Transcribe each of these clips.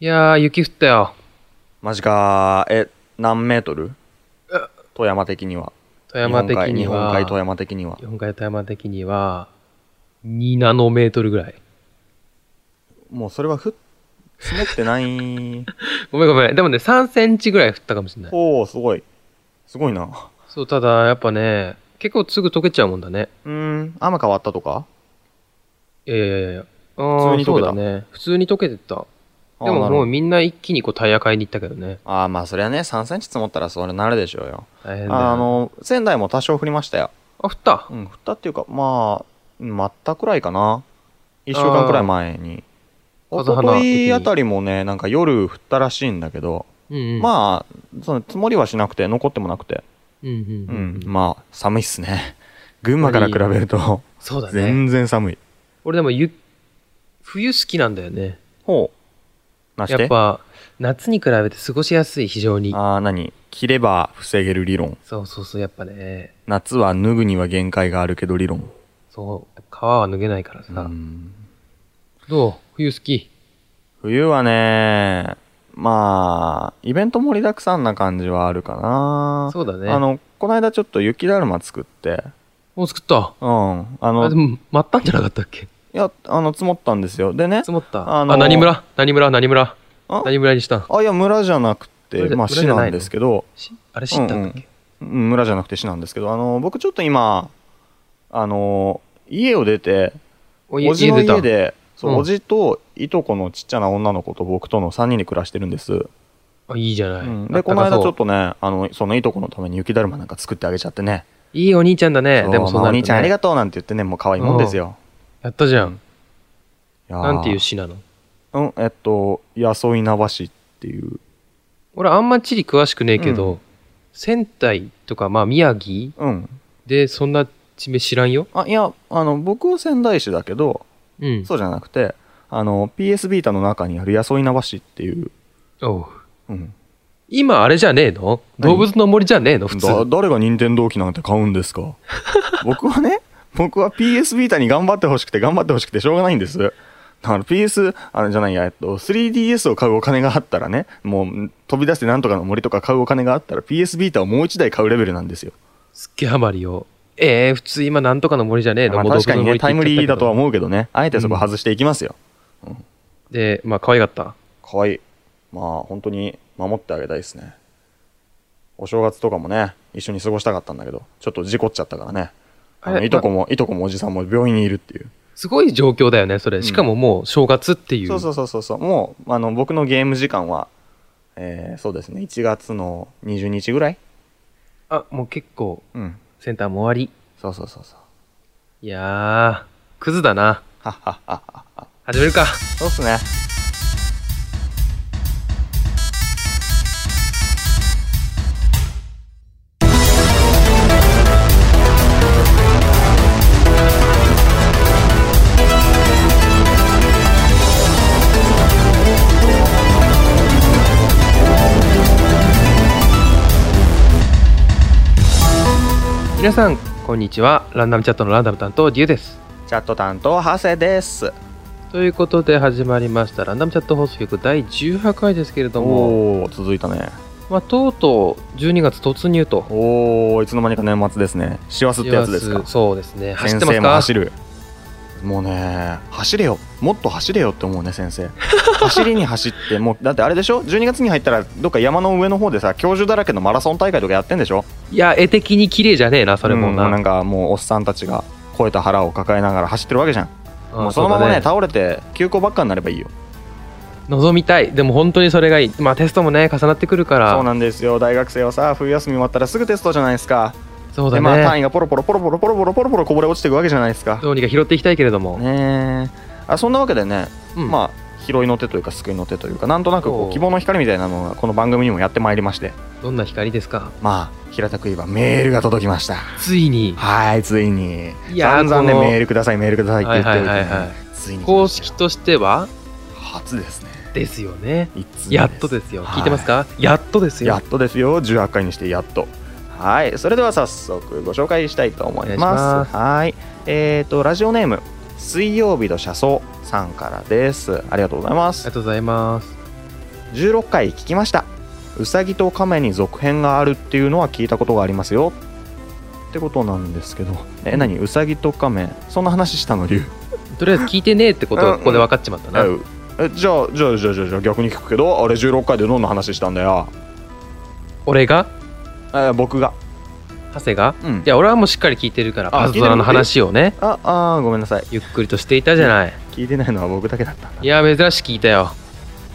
いやー、雪降ったよ。マジかーえ何メートルえ富山的には富山的に日本海日本海は、富山的には日本海富山的には、2ナノメートルぐらい。もうそれはふっ積もってないごめんごめん。でもね、3センチぐらい降ったかもしれない。おおすごいすごいなそう、ただ、やっぱね、結構すぐ溶けちゃうもんだね。うーん雨変わったとかいやいやいやいや。あ普通あ、にそ溶うけただね。普通に溶けてった。あーでもなもるほうどみんな一気にこうタイヤ買いに行ったけどね。ああまあそりゃね3センチ積もったらそれなるでしょうよ大変だよねあの仙台も多少降りましたよあ、降ったう。ん降ったっていうかまあうん待ったくらいかな1週間くらい前に一風昨花的に日あたりもねなんか夜降ったらしいんだけどうんうん。あ、まあ、その積もりはしなくて、残ってもなくて、うんうんううんん、、まあ、寒いっすね。 群馬から比べると、そうだね。全然寒い。俺でもゆ、冬好きなんだよね。ほう。なしやてっぱ、夏に比べて過ごしやすい、非常に。ああ、何着れば防げる理論。そうそうそう、やっぱね。夏は脱ぐには限界があるけど理論。そう、皮は脱げないからさ。うんどう冬好き冬はね、まあ、イベント盛りだくさんな感じはあるかな。そうだね。あ、の、この間ちょっと雪だるま作って、もう作った。うん。あの、あ、でいも、待ったんじゃなかったっけや、あの、積もったんですよ。でね積、もった。ああ、の何村何村何村あ何村にしたんあ、いや、村じゃなく村て、じゃまあ、村じゃ市ないのなんですけど、しあれ知ったんだっけ、うん村じゃなくて市なんですけど、あの、僕ちょっと今、あの、家を出て、お家おじの出た家で、そう、うんおじといとこのちっちゃな女の子と僕との3人で暮らしてるんです。あいいじゃない。うんあで、ったこかの間そうちょっとね、あの、そのいとこのために雪だるまなんか作ってあげちゃってね。いいお兄ちゃんだね。でもそうまあなるとおね兄ちゃんありがとうなんて言ってね、もう可愛いもんですよ。やったじゃん。いやーなんていう市なのうん、えっと、やそいなばしっていう。俺あんま地理詳しくねえけど、う仙台とかまあ宮城うん。でそんな地名知らんよ。あ、いや、あの、僕は仙台市だけど、うん。そうじゃなくて、あの、PS ビータの中にあるやそいなばしっていう、おううん、今あれじゃねえの何動物の森じゃねえの普通。だ誰が任天堂機なんて買うんで すか僕はね僕は PS ビータに頑張ってほしくて頑張ってほしくてしょうがないんですだから PS あのじゃないや、えっと、3DS を買うお金があったらねもうん飛び出してなんとかの森とか買うお金があったら PS ビータをもう一台買うレベルなんですよ、すっげえハマりよ。えー、普通今なんとかの森じゃねえの、まあ、もう動確物かのに森ねってタイ言っムちゃったリけーだとはど思うけどねあえてそこ外していきますよ、で、まあ可愛かった。かわいいまあ本当に守ってあげたいですねお正月とかもね一緒に過ごしたかったんだけどちょっと事故っちゃったからねああのれいとこも、いとこもおじさんも病院にいるっていうすごい状況だよね、それ。んしかももう正月っていう。そうそうそうそうそうもうあの僕のゲーム時間は、えーそうですね1月の20日ぐらいあ、もう結構、うんセンターも終わそうそうそうそうり。いやー、クズだな。はっはっはっは始めるか。 そうっすね皆さん、こんにちは。ランダムチャットのランダム担当、デュウです。チャット担当長谷ですということで始まりましたランダムチャット放送局第18回ですけれども、おおー続いたねまあ、とうとう12月突入と。おおいつの間にか年末ですね師走ってやつですかそうですね。走っ先てます生もか走るもうね走れよもっと走れよって思うね先生 走りに走ってもうだってあれでしょ12月に入ったらどっか山の上の方でさ教授だらけのマラソン大会とかやってんでしょいや、絵的に綺麗じゃねえな、それもな。うんなんかもうおっさんたちが肥えた腹を抱えながら走ってるわけじゃんうんもうそのままうねだ倒れて休校ばっかになればいいよ望みたい。でも本当にそれがいい。まあテストもね、重なってくるから。そうなんですよ大学生はさ冬休み終わったらすぐテストじゃないですかそうだでね、まあ単位がポロポロポロポロポロポロポロポロこぼれ落ちていくわけじゃないですかどうにか拾っていきたいけれども。ねえあそんなわけでね、うんまあ拾いの手というか救いの手というかなんとなくこおうう希望の光みたいなのがこの番組にもやってまいりましてどんな光ですかまあ平たく言えばメールが届きましたついに、はいついにいやー散々ねこのメールくださいメールくださいって言っておいてね、はいはいはいはいついに来公ました式としては、初ですねですよね。一通目やっとですよ。聞いてますか、やっとですよ。やっとですよ18回にしてやっとはいそれでは早速ご紹介したいと思おい願いしまますはいえっ、とラジオネーム水曜日の車窓さんからですありがとうございまありすがとうございます。 16回聞きましたウサギとカメに続編があるっていうのは聞いたことがありますよってことなんですけどえ何ウサギとカメそんな話したの竜とりあえず聞いてねえってことうんがここで分かっちまったな、ええじゃあじゃあじゃあじゃあじゃあ逆に聞くけどあれ16回でどんな話したんだよ俺がえ僕が長谷がうんいや俺はもうしっかり聞いてるからあパズドラの話をねああーごめんなさいゆっくりとしていたじゃない聞いてないのは僕だけだったんだいや珍しく聞いたよ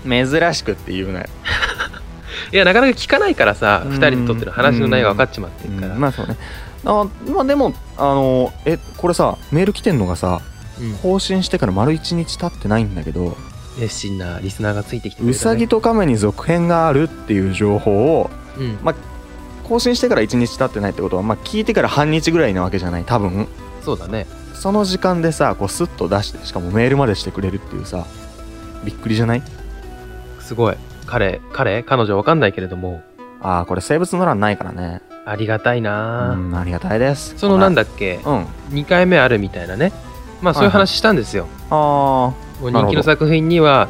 珍しくって言うなよ、いやなかなか聞かないからさうん2人で撮ってる話の内容分かっちまってるから、まあそうねあまあでもあのえこれさメール来てんのがさうん更新してから丸1日経ってないんだけど熱心なリスナーがついてきてくれた、ウね、サギとカメに続編があるっていう情報をうん更新してから1日経ってないってことは、まあ、聞いてから半日ぐらいなわけじゃない多分そうだねその時間でさこうスッと出してしかもメールまでしてくれるっていうさびっくりじゃないすごい彼彼彼女わかんないけれどもああこれ生物の欄ないからねありがたいうなあ、んありがたいですそのなんだだっけうんあ2回目あるみたいなねまあそういう話したんですよ、あもうな人るほ気どの作品には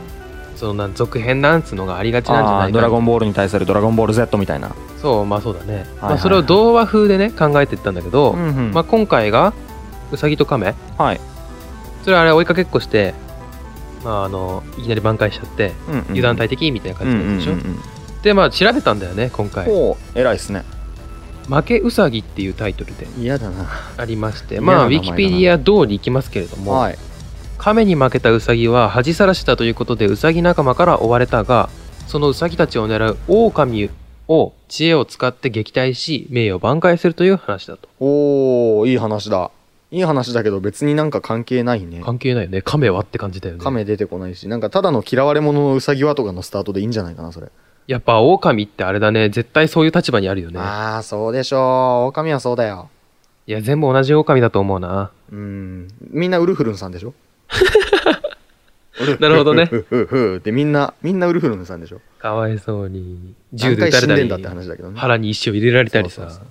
そのなん続編なんつうのがありがちなんじゃあなーいかドラゴンボールに対するドラゴンボール Z みたいな、そうまあそうだね、はいまはいあ、それを童話風でね考えてったんだけど、んうんまあ、今回が「うさぎとカメはい、」それはあれ追いかけっこして、まあ、あのいきなり挽回しちゃってうんうん油断大敵みたいなうん感うじだんったでしょ、うんうんでまあ調べたんだよね今回「ほう偉いっすね負けうさぎ」っていうタイトルで嫌だなありまして嫌まなあウ名前ィだなキペディア通りいきますけれども、はい亀に負けたウサギは恥さらしたということでウサギ仲間から追われたがそのウサギたちを狙う狼を知恵を使って撃退し名誉を挽回するという話だとおーいい話だいい話だけど別になんか関係ないね関係ないよね亀はって感じだよね亀出てこないしなんかただの嫌われ者のウサギはとかのスタートでいいんじゃないかなそれ、やっぱ狼ってあれだね絶対そういう立場にあるよねああそうでしょう狼はそうだよいや全部同じ狼だと思うなうんみんなウルフルンさん でしょなるほどねウルフルンフルンでみんなみんなウルフルンさんでしょかわいそうに銃何で撃回た死れたんでんりだって話だけどね腹に一生入れられたりそうさそうそう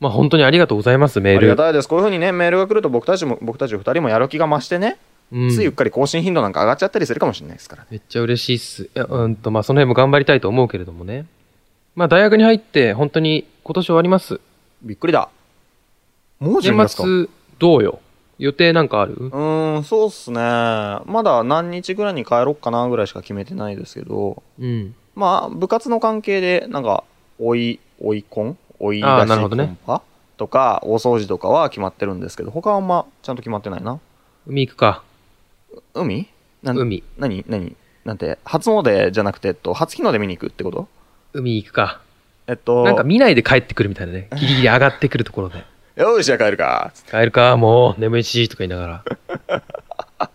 まあ本当にありがとうございますメーありがルたいですこういうふうにねメールが来ると僕たちも僕たち2人もやる気が増してね、うんついうっかり更新頻度なんか上がっちゃったりするかもしれないですからめっちゃ嬉しいっす。いや、うんと、まあ、その辺も頑張りたいと思うけれどもね。まあ、大学に入って、本当に今年終わります。びっくりだもう年12月か末、どうよ予定なんかあるうーんそうっすねまだ何日ぐらいに帰ろっかなぐらいしか決めてないですけどうん。まあ部活の関係でなんか追い追いコン追い出しあコーなるほどねンパ、とか大掃除とかは決まってるんですけど他はあんまちゃんと決まってないな海行くか。海なん海。何何なんて初詣じゃなくて、えっと、初日の出見に行くってこと海行くか。えっとなんか見ないで帰ってくるみたいなね。ギリギリ上がってくるところ で。よーしじゃあ帰るかつって帰るか、もう、眠いし、とか言いながら。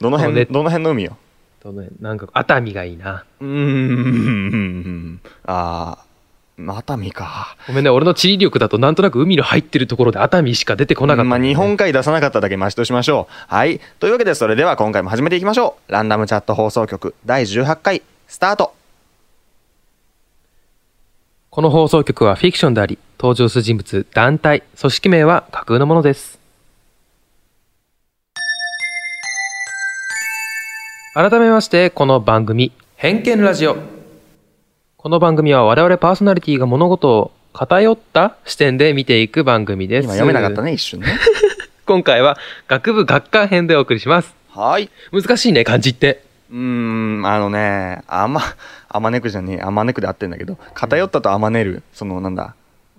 どのそう辺、ねどの辺の海よどの辺なんか、熱海がいいな。うーん ああ熱海かごめんね、俺の地理力だと、なんとなく海の入ってるところで熱海しか出てこなかったんまだあ、よね、日本海出さなかっただけマシとしましょうはいというわけでそれでは今回も始めていきましょうランダムチャット放送局第18回スタートこの放送局はフィクションであり、登場する人物、団体、組織名は架空のものです。改めまして、この番組、偏見ラジオ。この番組は我々パーソナリティが物事を偏った視点で見ていく番組です。今読めなかった。ね一 瞬ね今回は学部学科編でお送りします。はい難しいね、漢字って。うーんあのねあまあまねくじゃねえあまねくで合ってんだけど偏ったとあまねるそのなんだ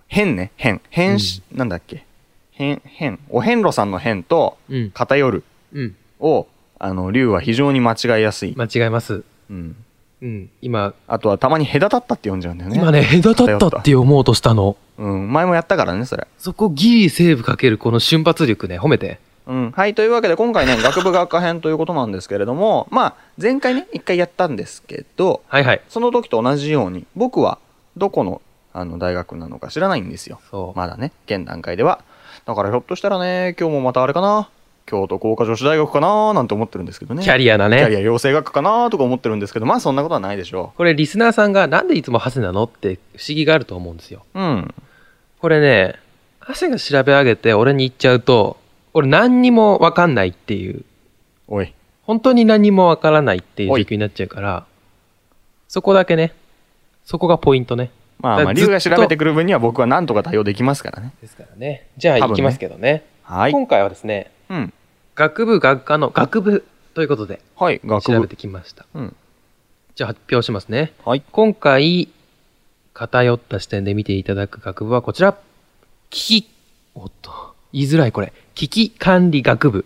変ね変変し、なんだっけ変変お遍路さんの変とうん。偏るうん。をあの竜は非常に間違いやすい、間違えます。うん、うん。今、あとはたまに隔たったって呼んじゃうんだよね今ね、隔たったって思うとしたの。うん、前もやったからねそれそこギリセーブかけるこの瞬発力ね、褒めて。うん、はいというわけで今回ね 学部学科編ということなんですけれどもまあ前回ね一回やったんですけどはいはい。その時と同じように僕はどこのあの大学なのか知らないんですよそう。まだね現段階ではだからひょっとしたらね今日もまたあれかな京都工科女子大学かななんて思ってるんですけどねキャリアだキャね。リア養成学科かなとか思ってるんですけどまあそんなことはないでしょこれリスナーさんがなんでいつもハセなのって不思議があると思うんですよ。ううんこれね、ハセが調べ上げて俺に言っちゃうと、俺何にもわかんないっていう、おい本当に何もわからないっていう状況になっちゃうから、そこだけね。そこがポイントね。まあまあ、龍が調べてくる分には僕はなんとか対応できますからね。ですからね。じゃあ、多分行ねきますけどね。はい。今回はですね、うん。学部学科の学部ということではい、学調べ部。てきました。うん。じゃあ、発表しますね。はい。今回、偏った視点で見ていただく学部はこちら。危機、おっと、言いづらいこれ。危機管理学部。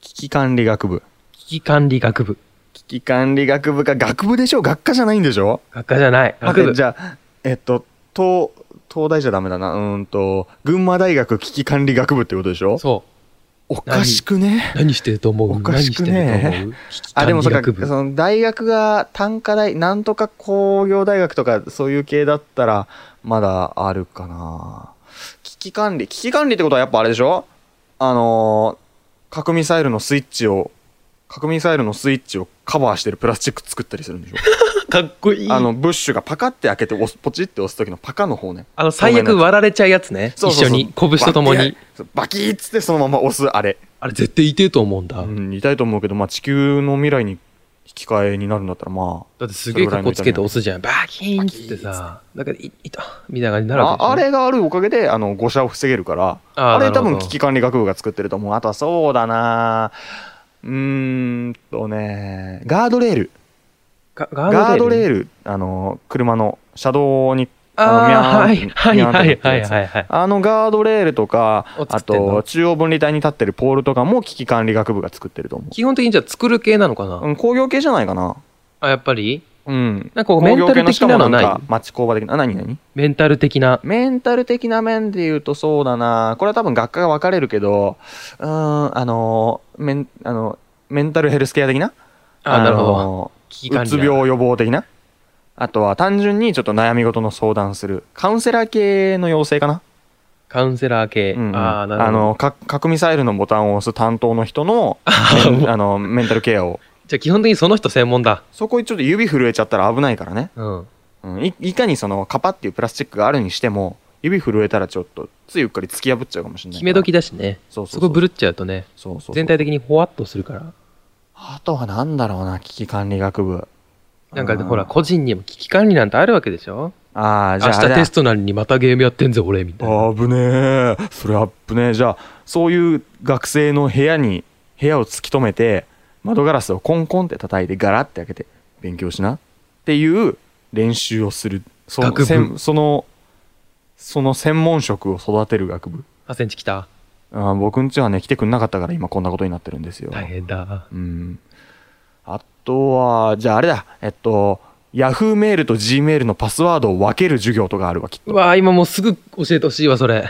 危機管理学部。危機管理学部。危機管理学部か、学部でしょ学科じゃないんでしょ学科じゃない。学待って部。じゃあ、えっと、東、東大じゃダメだな。うーんと、群馬大学危機管理学部ってことでしょそおかしくねう。何してると思うおかしくね何してると思う危機あ、で管も理そっか、学部。その大学が単科大、なんとか工業大学とかそういう系だったら、まだあるかな。危機管理。危機管理ってことはやっぱあれでしょあのー核ミサイルのスイッチを、核ミサイルのスイッチをカバーしてるプラスチック作ったりするんでしょかっこいい。ああの、の、ブッシュがパカって開けて押す、ポチって押す時のパカの方ね。最悪割られちゃうやつね。そうそうそう一緒に、拳と共バッてに。やバキーっつってそのまま押すあれ、あれ絶対いてると思うんだ。うん、痛いと思うけど、まあ、地球の未来に引き換えになるんだったらまだってすげえ格好つけて押すじゃん。バキーンっつってさ。だから、い、いた、みたいな感じになあるわけでしょああれがあるおかげであの誤射を防げるからあーあれ多なるほど分危機管理学部が作ってると思うあとはそうだなうーんとねガードレールがガガードレール。ルあの車の車道にああ、あのはミいャーンはいはいミャーンっはてなってるいやつはいはい。あのガードレールとかを作あってんのと中央分離帯に立ってるポールとかも危機管理学部が作ってると思基本的にじゃあ作る系なのかな、う、うん、工業系じゃないかなあ、やっぱりうんなんかこうメンタル的なのない町工場的な、あ何何メンタル的な。メンタル的な面で言うとそうだな。これは多分学科が分かれるけど、うーん、あの、メン、あの、メンタルヘルスケア的なあなるほど。ど。危機管う理つだ病予防的なあとは単純にちょっと悩み事の相談する。カウンセラー系の要請かなカウンセラー系。うんうんああ、なるあほど。の、か核ミサイルのボタンを押す担当の人 の、メンあの、メンタルケアを。じゃあ基本的にその人専門だ。そこにちょっと指震えちゃったら危ないからね。うん。うん、いいかにそのカパっていうプラスチックがあるにしても指震えたらちょっとついうっかり突き破っちゃうかもしれない決め時だだしね。そうそそうそこうぶるっちゃうとね、そうそう全体的にほわっとするから。あとはなんだろうな危機管理学部なんかねうんほら、個人にも危機管理なんてあるわけでしょああじ明ゃああ日れテストなのにまたゲームやってんぜ、俺、みたいな。あぶねえそれあっぶねえじゃあそういう学生の部屋に部屋を突き止めて窓ガラスをコンコンって叩いてガラって開けて勉強しなっていう練習をするそ学部のせんそのその専門職を育てる学部8センチ来た。あー僕んちはね来てくんなかったから今こんなことになってるんですよ、大変だ。うんあとはじゃああれだえっとヤフーメールと G メールのパスワードを分ける授業とかあるわきっうとわー今もうすぐ教えてほしいわ、それ。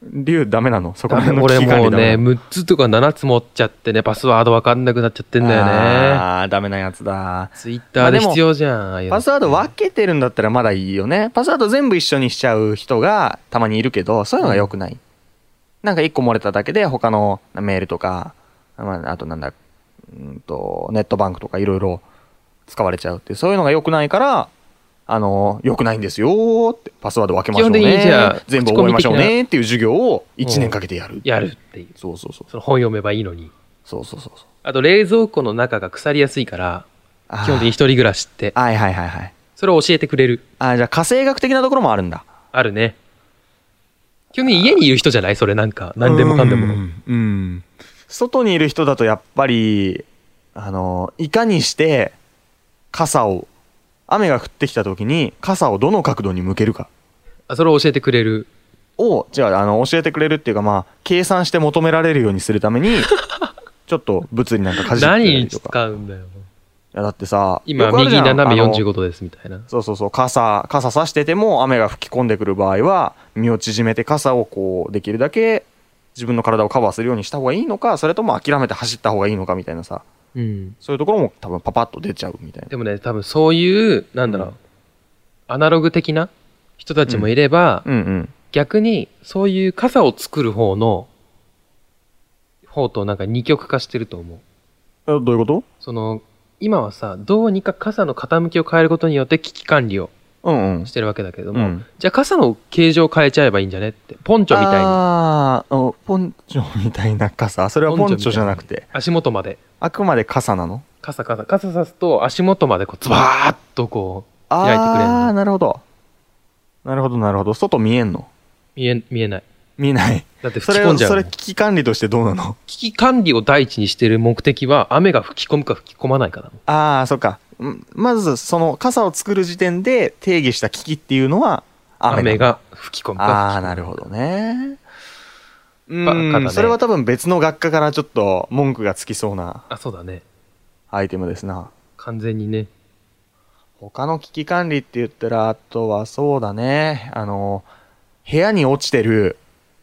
竜ダメなのそこら辺の俺危機管もう理ダね、メなの6つとか7つ持っちゃってね、パスワードわかんなくなっちゃってんだよね。あーダメなやつだツイッターで必要じゃん、ああいうのパスワード分けてるんだったらまだいいよねパスワード全部一緒にしちゃう人がたまにいるけどそういうのが良くない、なんか一個漏れただけで他のメールとか、まあ、あとなんだうんとネットバンクとかいろいろ使われちゃうってそういうのが良くないからあの良くないんですよーってパスワード分けましょう基本的にじゃあね全部覚えましょう口コミねっていう授業を1年かけてやるやるっていう。そうそうそうその本読めばいいのに。そうそうそうそうあと冷蔵庫の中が腐りやすいから、あー基本的に一人暮らしって、はいはいはいはいそれを教えてくれる。あーじゃあ家政学的なところもあるんだあるね。基本的に家にいる人じゃないそれなんか。何でもかんでうも。んうん外にいる人だとやっぱりあのいかにして傘を雨が降ってきた時に傘をどの角度に向けるかあそれを教えてくれる。をじゃああの教えてくれるっていうかまあ計算して求められるようにするた めにちょっと物理なんかかじってた何にりとか使うんだよ。いやだってさ今、よくある右じゃん斜めあの45度ですみたいな。そうそうそう傘傘さしてても雨が吹き込んでくる場合は身を縮めて傘をこうできるだけ自分の体をカバーするようにした方がいいのかそれとも諦めて走った方がいいのかみたいなさうん。そういうところも多分パパッと出ちゃうみたいなでもね、多分そういう、なんだろうう、アナログ的な人たちもいれば、うんうん逆にそういう傘を作る方の、方となんか二極化してると思う。えどういうことその、今はさ、どうにか傘の傾きを変えることによって危機管理をうんうんしてるわけだけどうも、んじゃあ傘の形状を変えちゃえばいいんじゃねって。ポンチョみたいに。あーあのポンチョみたいな傘それはポンチョじゃなくて足元まで。あくまで傘なの傘傘傘さすと足元までこうズバーッとこう開いてくれんのあーなるほどなるほどなるほど外見えんの見え見えない見えないだってそ吹きれ込んじゃうそもんれ危機管理としてどうなの危機管理を第一にしてる目的は雨が吹き込むか吹き込まないかなのああそっかうんまずその傘を作る時点で定義した危機っていうのは雨雨なのが吹き込むかああなるほどねうバカだねんそれは多分別の学科からちょっと文句がつきそうなあそうだねアイテムですな完全にね他の危機管理って言ったらあとはそうだねあの部屋に落ちてる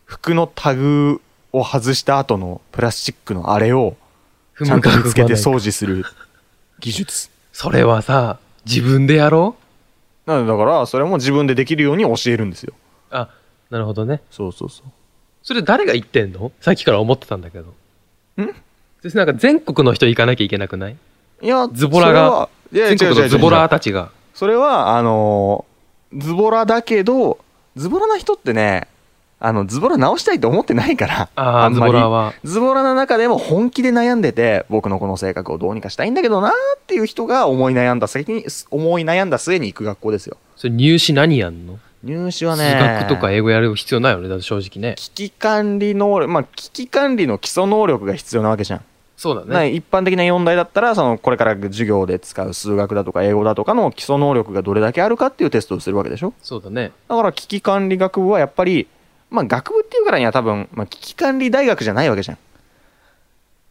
服のタグを外した後のプラスチックのあれを踏ちゃんとか見つけて踏まないか掃除する技術それはさ自分でやろなのでだからそれも自分でできるように教えるんですようあなるほどねそうそうそうそれ誰が言ってんのさっきから思ってたんだけどんそしてなんか全国の人行かなきゃいけなくないいやズボラがそれはいや全違う国違のう違うズボラーたちがそれはあのーズボラだけどズボラな人ってねあのズボラ直したいと思ってないからああんズまボりラーはズボラな中でも本気で悩んでて僕のこの性格をどうにかしたいんだけどなーっていう人が思い悩んだ先に思い悩んだ末に行く学校ですよそれ入試何やんの入試は数ね学とか英語やる必要ないよねだって正直ね危機管理能力まあ危機管理の基礎能力が必要なわけじゃん、そうだねね、一般的な問題だったらそのこれから授業で使う数学だとか英語だとかの基礎能力がどれだけあるかっていうテストをするわけでしょそうだねだから危機管理学部はやっぱり、まあ、学部っていうからには多分、まあ、危機管理大学じゃないわけじゃん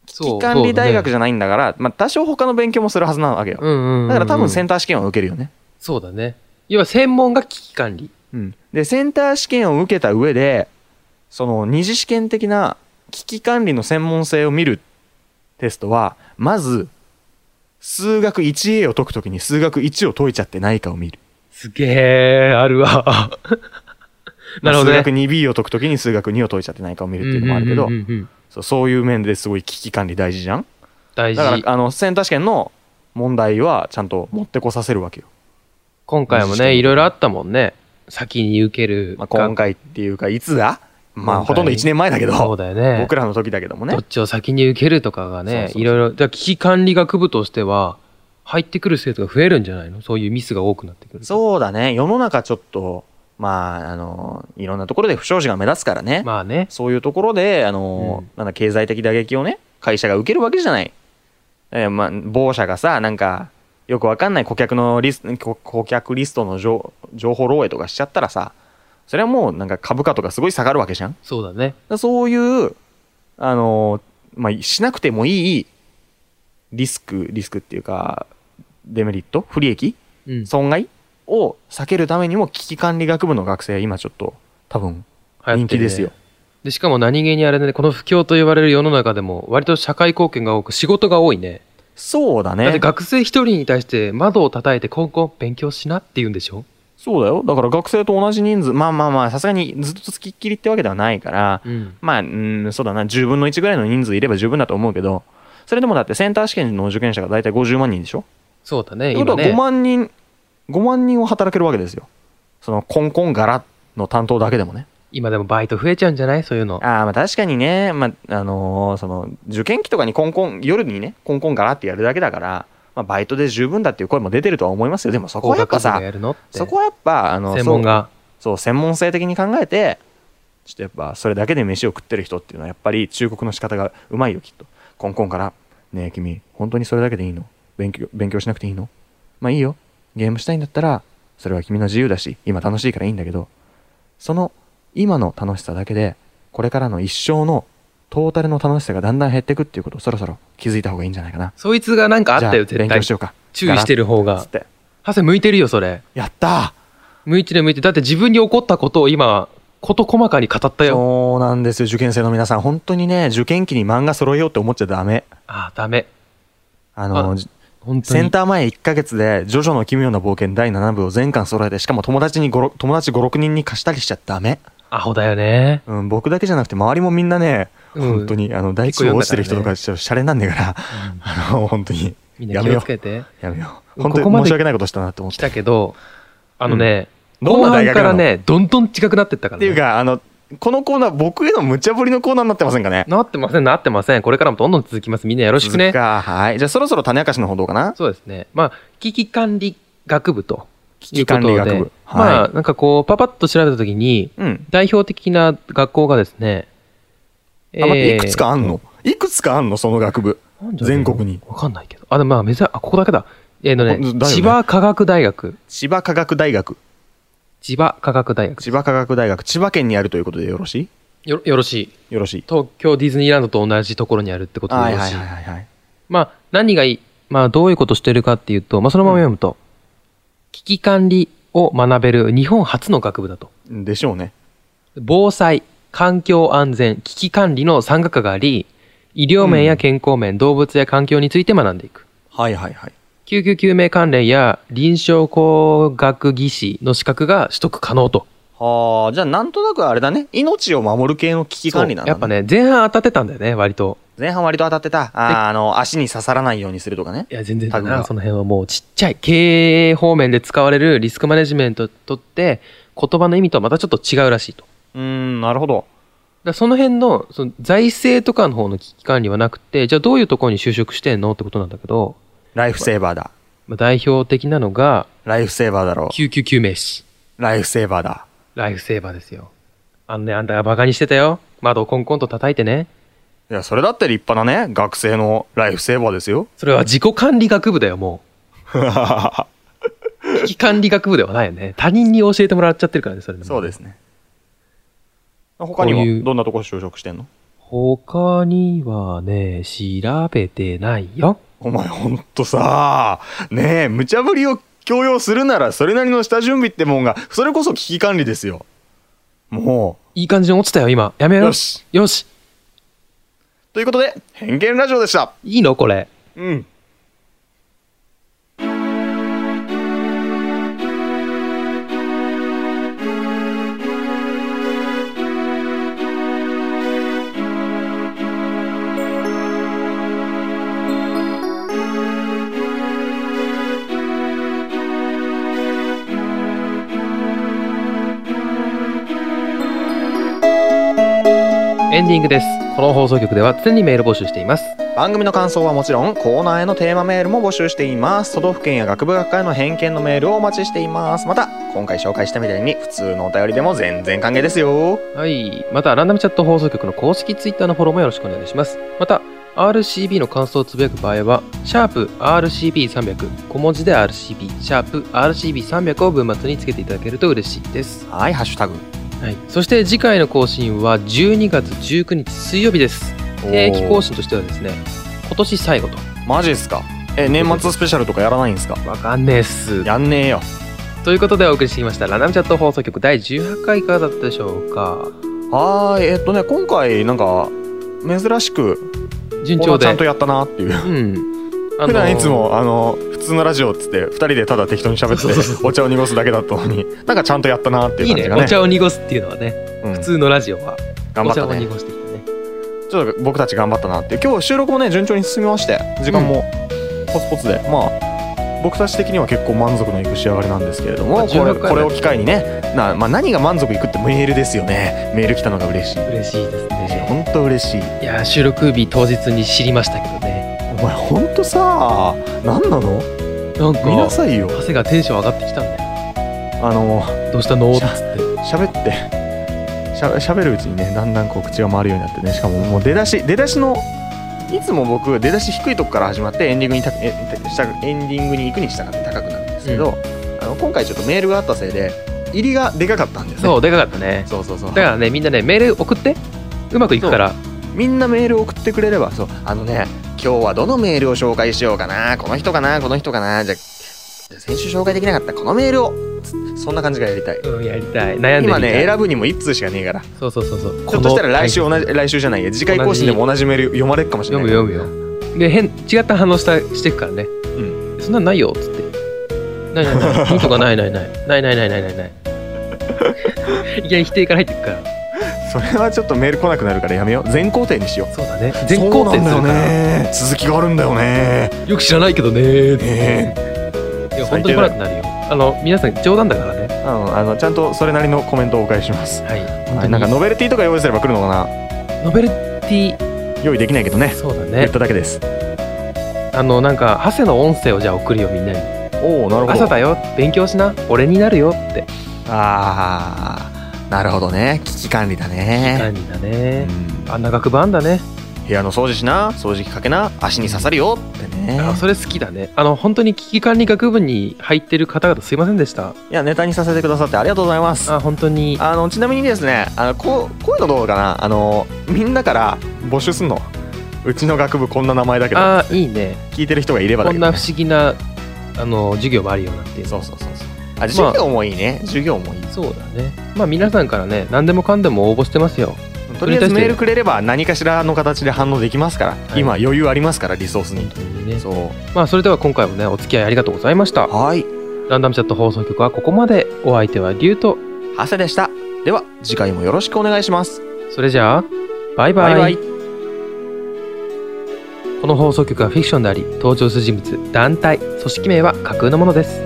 危そう機管理大学そうじゃないんだからまあ、多少他の勉強もするはずなわけよ、だねうんうんうんうんだから多分センター試験を受けるよね、そうだね要は専門が危機管理うん、でセンター試験を受けた上でその二次試験的な危機管理の専門性を見るテストはまず数学 1A を解くときに数学1を解いちゃってないかを見るすげえある わなるほどねまあ数学 2B を解くときに数学2を解いちゃってないかを見るっていうのもあるけど、うんうんうんうんうんそうそういう面ですごい危機管理大事じゃん大だか事らあのセンター試験の問題はちゃんと持ってこさせるわけよ、今回も二次試ね験いろいろあったもんね先に受けるまあ、今回っていうかいつだま今あ回ほとんど1年前だけそうど、だよね僕らの時だけどもねどっちを先に受けるとかがねそうそうそういろいろだから危機管理学部としては入ってくる生徒が増えるんじゃないのそういうミスが多くなってくるとそうだね世の中ちょっとまああのいろんなところで不祥事が目立つからね、まあねそういうところであの、うんなんだ経済的打撃をね会社が受けるわけじゃない、えーまあ、某社がさなんかよくわかんない顧客のリス顧顧客リストの情情報漏洩とかしちゃったらさそれはもうなんか株価とかすごい下がるわけじゃんそうだねだそういう、あの、まあ、しなくてもいいリスク、リスクっていうか、デメリット不利益うん損害を避けるためにも危機管理学部の学生、今ちょっと多分人気ですよ。でしかも何気にあれだねこの不況と言われる世の中でも割と社会貢献が多く仕事が多いねそうだだってね。学生一人に対して窓を叩いてコンコン勉強しなって言うんでしょそうだよ。だから学生と同じ人数、まあまあまあ、さすがにずっと付きっきりってわけではないから、うんまあ、うん、そうだな、10分の1ぐらいの人数いれば十分だと思うけど、それでもだってセンター試験の受験者が大体50万人でしょそうだねってこと今は5ね万人、5万人を働けるわけですよ。そのコンコン柄の担当だけでもね。今でもバイト増えちゃうんじゃないそういうのああ、まあ確かにね、まあ、あのーその、受験期とかにコンコン、夜にね、コンコン柄ってやるだけだから、まあバイトで十分だっていう声も出てるとは思いますよ。でもそこはやっぱ工学部さが、やるのってそこはやっぱ、あの、専門がそう、そう専門性的に考えて、ちょっとやっぱそれだけで飯を食ってる人っていうのはやっぱり忠告の仕方がうまいよ、きっと。コンコン柄。ねえ君、本当にそれだけでいいの勉強、勉強しなくていいのまあいいよ。ゲームしたいんだったら、それは君の自由だし、今楽しいからいいんだけど、その今の楽しさだけで、これからの一生のトータルの楽しさがだんだん減ってくっていうことをそろそろ気づいた方がいいんじゃないかな。そいつがなんかあったよじ絶ゃ勉強対しようか。注意してる方つがって。ハセ向いてるよそれやった向いてる向いてるだって自分に起こったことを今事細かに語ったよそうなんですよ、受験生の皆さん。本当にね、受験期に漫画揃えようって思っちゃダメ。ああダメあの、あ本当センにター前1ヶ月で、ジョジョの奇妙な冒険第7部を全巻揃えて、しかも友達に5、友達5、6人に貸したりしちゃダメ。アホだよねうん、僕だけじゃなくて、周りもみんなね、うん本当に、あの、大地落ちてる人とか、ちょっとシャレになんねえ から、あの、本当に、みんなや気めをよつけてう。やめようう。ん本当ここまにで申し訳ないことしたなって思っ来て。たけどあのねどん後な半大学かならのっねどんどん近くなってったからていうねか、あの、このコーナー僕への無茶ぶりのコーナーになってませんかねなってません、なってません。これからもどんどん続きます。みんなよろしく続ねく。かはいじゃあそろそろ種明かしの報道かなそうですね。まあ、危機管理学部とい危う機こ管とで。理学部まあは、なんかこう、パパッと調べたときに、い、うん代表的な学校がですね、えあ待っていくつかあんのいくつかあんのその学部全国に。わかんないけど。あ、でもまあ、珍あ、ここだけだ。えーのねだよね千葉科学大学。千葉科学大学千葉科学大学。千葉科学大学千葉県にあるということでよろしよよろしい。いよろしい東京ディズニーランドと同じところにあるってことでよろしい。はいはいまあ、何がいい、まあ、どういうことしてるかっていうと、まあ、そのまま読むと、危機管理を学べる日本初の学部だと。でしょうね防災、環境安全、危機管理の3学科があり、医療面や健康面、動物や環境について学んでいく。はいはいはい救急救命関連や臨床工学技師の資格が取得可能と。はあじゃあなんとなくあれだね命を守る系の危機管理なんだ、ね、そうやっぱね、前半当たってたんだよね、割と。前半割と当たってたあーあの足に刺さらないようにするとかねいや、全然多だ分な、その辺はもうちっちゃい。経営方面で使われるリスクマネジメントにとって、言葉の意味とはまたちょっと違うらしいと。だかうーんなるほどらその辺のその財政とかの方の危機管理はなくて、じゃあどういうところに就職してんのってことなんだけど、ライフセーバーだまあ代表的なのが、ライフセーバーだろ救急救命士。うライフセーバーだライフセーバーですよ。あのね、あんたがバカにしてたよ。窓をコンコンと叩いてね。いやそれだって立派なね学生のライフセーバーです よそれは自己管理学部だよ、もう。危機管理学部ではないよね。他人に教えてもらっちゃってるからね、それ。そうですすね他にこういうもどんなとこ就職してんの他にはね、調べてないよ。お前ほんとさねえ無茶ぶりを強要するならそれなりの下準備ってもんがそれこそ危機管理ですよもいい感じに落ちたよ、今。やめうよう。よ。しよし。ということで偏見ラジオでしたいいのこれ。うんエンディングです。この放送局では常にメール募集しています。番組の感想はもちろんコーナーへのテーマメールも募集しています都道府県や学部学会の偏見のメールをお待ちしていますまた今回紹介したみたいに普通のお便りでも全然歓迎ですよはい。また、ランダムチャット放送局の公式ツイッターのフォローもよろしくお願いします。また、RCB の感想をつぶやく場合は、シャープ r c b 3 0 0小文字で RCB、シャープ r c b 3 0 0を文末につけていただけると嬉しいです。はいハッシュタグはい。そして次回の更新は12月19日水曜日です。定期更新としてはですね、今年最後と。マジっすかえ年末スペシャルとかやらないんすかわかんねえっす。やんねえよということでお送りしてきました、ランダムチャット放送局第18回いかがだったでしょうか。はーいえっとね今回なんか珍しく順こん調なちで。ゃんとやったなっていううん。あのー普段いつもあの普通のラジオっつって2人でただ適当に喋そうそうそうってお茶を濁すだけだったのになんかちゃんとやったなっていいうい感ねじがねお茶を濁すっていうのはねうん普通のラジオは頑お張った茶をね濁してきてねちょっと僕たち頑張ったなっていう今日収録もね順調に進みまして時間もポツポツで、まあ僕たち的には結構満足のいく仕上がりなんですけれどまもあこれ16回これを機会にねな、まあ、何が満足いくってメールですよねメール来たのが嬉しい嬉しいですね本当嬉しいいやー収録日当日に知りましたけどねお前本当さ何なのなん見なかさいよ汗がテンション上がってきたんだよあのどうしたのっつって喋ってしゃ喋るうちにねだんだんこう口が回るようになってねしかももう出だし出だしのいつも僕出だし低いとこから始まってエンディングにたえてしたエンディングに行くにしたがって高くなるんですけど、あの今回ちょっとメールがあったせいで入りがでかかったんですねそうでかかったねそうそうそうだからねみんなねメール送ってうまくいくからみんなメール送ってくれればそうあのね今日はどのメールを紹介しようかなこの人かなこの人かなじゃあじゃあ先週紹介できなかったこのメールをつそんな感じがやりたいうんやりたい悩んでみ今たいね選ぶにも1通しかねえからそうそうそうそうひょっとしたら来週この同じ来週じゃないや次回更新でも同じメール読まれるかもしれ読ないむ読むよで変違った反応したしてくからねうそんなのないよっつってないないない ヒントがないないないないないないないないないいきなり否定から入ってくからそれはちょっとメール来なくなるからやめよう全工程にしようそうだね。全校そう生すなるんから。だよね続きがあるんだよねよく知らないけどね。ねいや、本当に来なくなるよ。あの皆さん冗談だからねうんあのちゃんとそれなりのコメントをお返しします、はい本当はい、になんかノベルティとか用意すれば来るのかなノベルティ用意できないけどねそうだ言っねただけですあのなんかハセの音声をじゃあ送るよみんなにおおなるほど朝だよ勉強しな俺になるよってああなるほどね危機管理だね感じだうね、んあんな学部あんだね、部屋の掃除しな掃除機かけな足に刺さるよってねあそれ好きだねあの本当に危機管理学部に入ってる方々すいませんでしたいやネタにさせてくださってありがとうございますあ本当にあのちなみにですねあのこうこういうのどうかなあのみんなから募集すんのうちの学部こんな名前だけどあいいね聞いてる人がいればだこけんど、なね、不思議なあの授業もあるよなっていうそうそうそうそうあ授業もいいね、授業もいいそうだねまあ皆さんからね何でもかんでも応募してますよとりあえそれに対しずてメールくれれば何かしらの形で反応できますから、い今余裕ありますからリソース本に当にねそまあそれでは今回もねお付き合いありがとうございましたうはいランダムチャット放送局はここまでお相手はリュウとハセでしたでは次回もよろしくお願いしますそれじゃあバイバイこの放送局はフィクションであり登場する人物団体組織名は架空のものです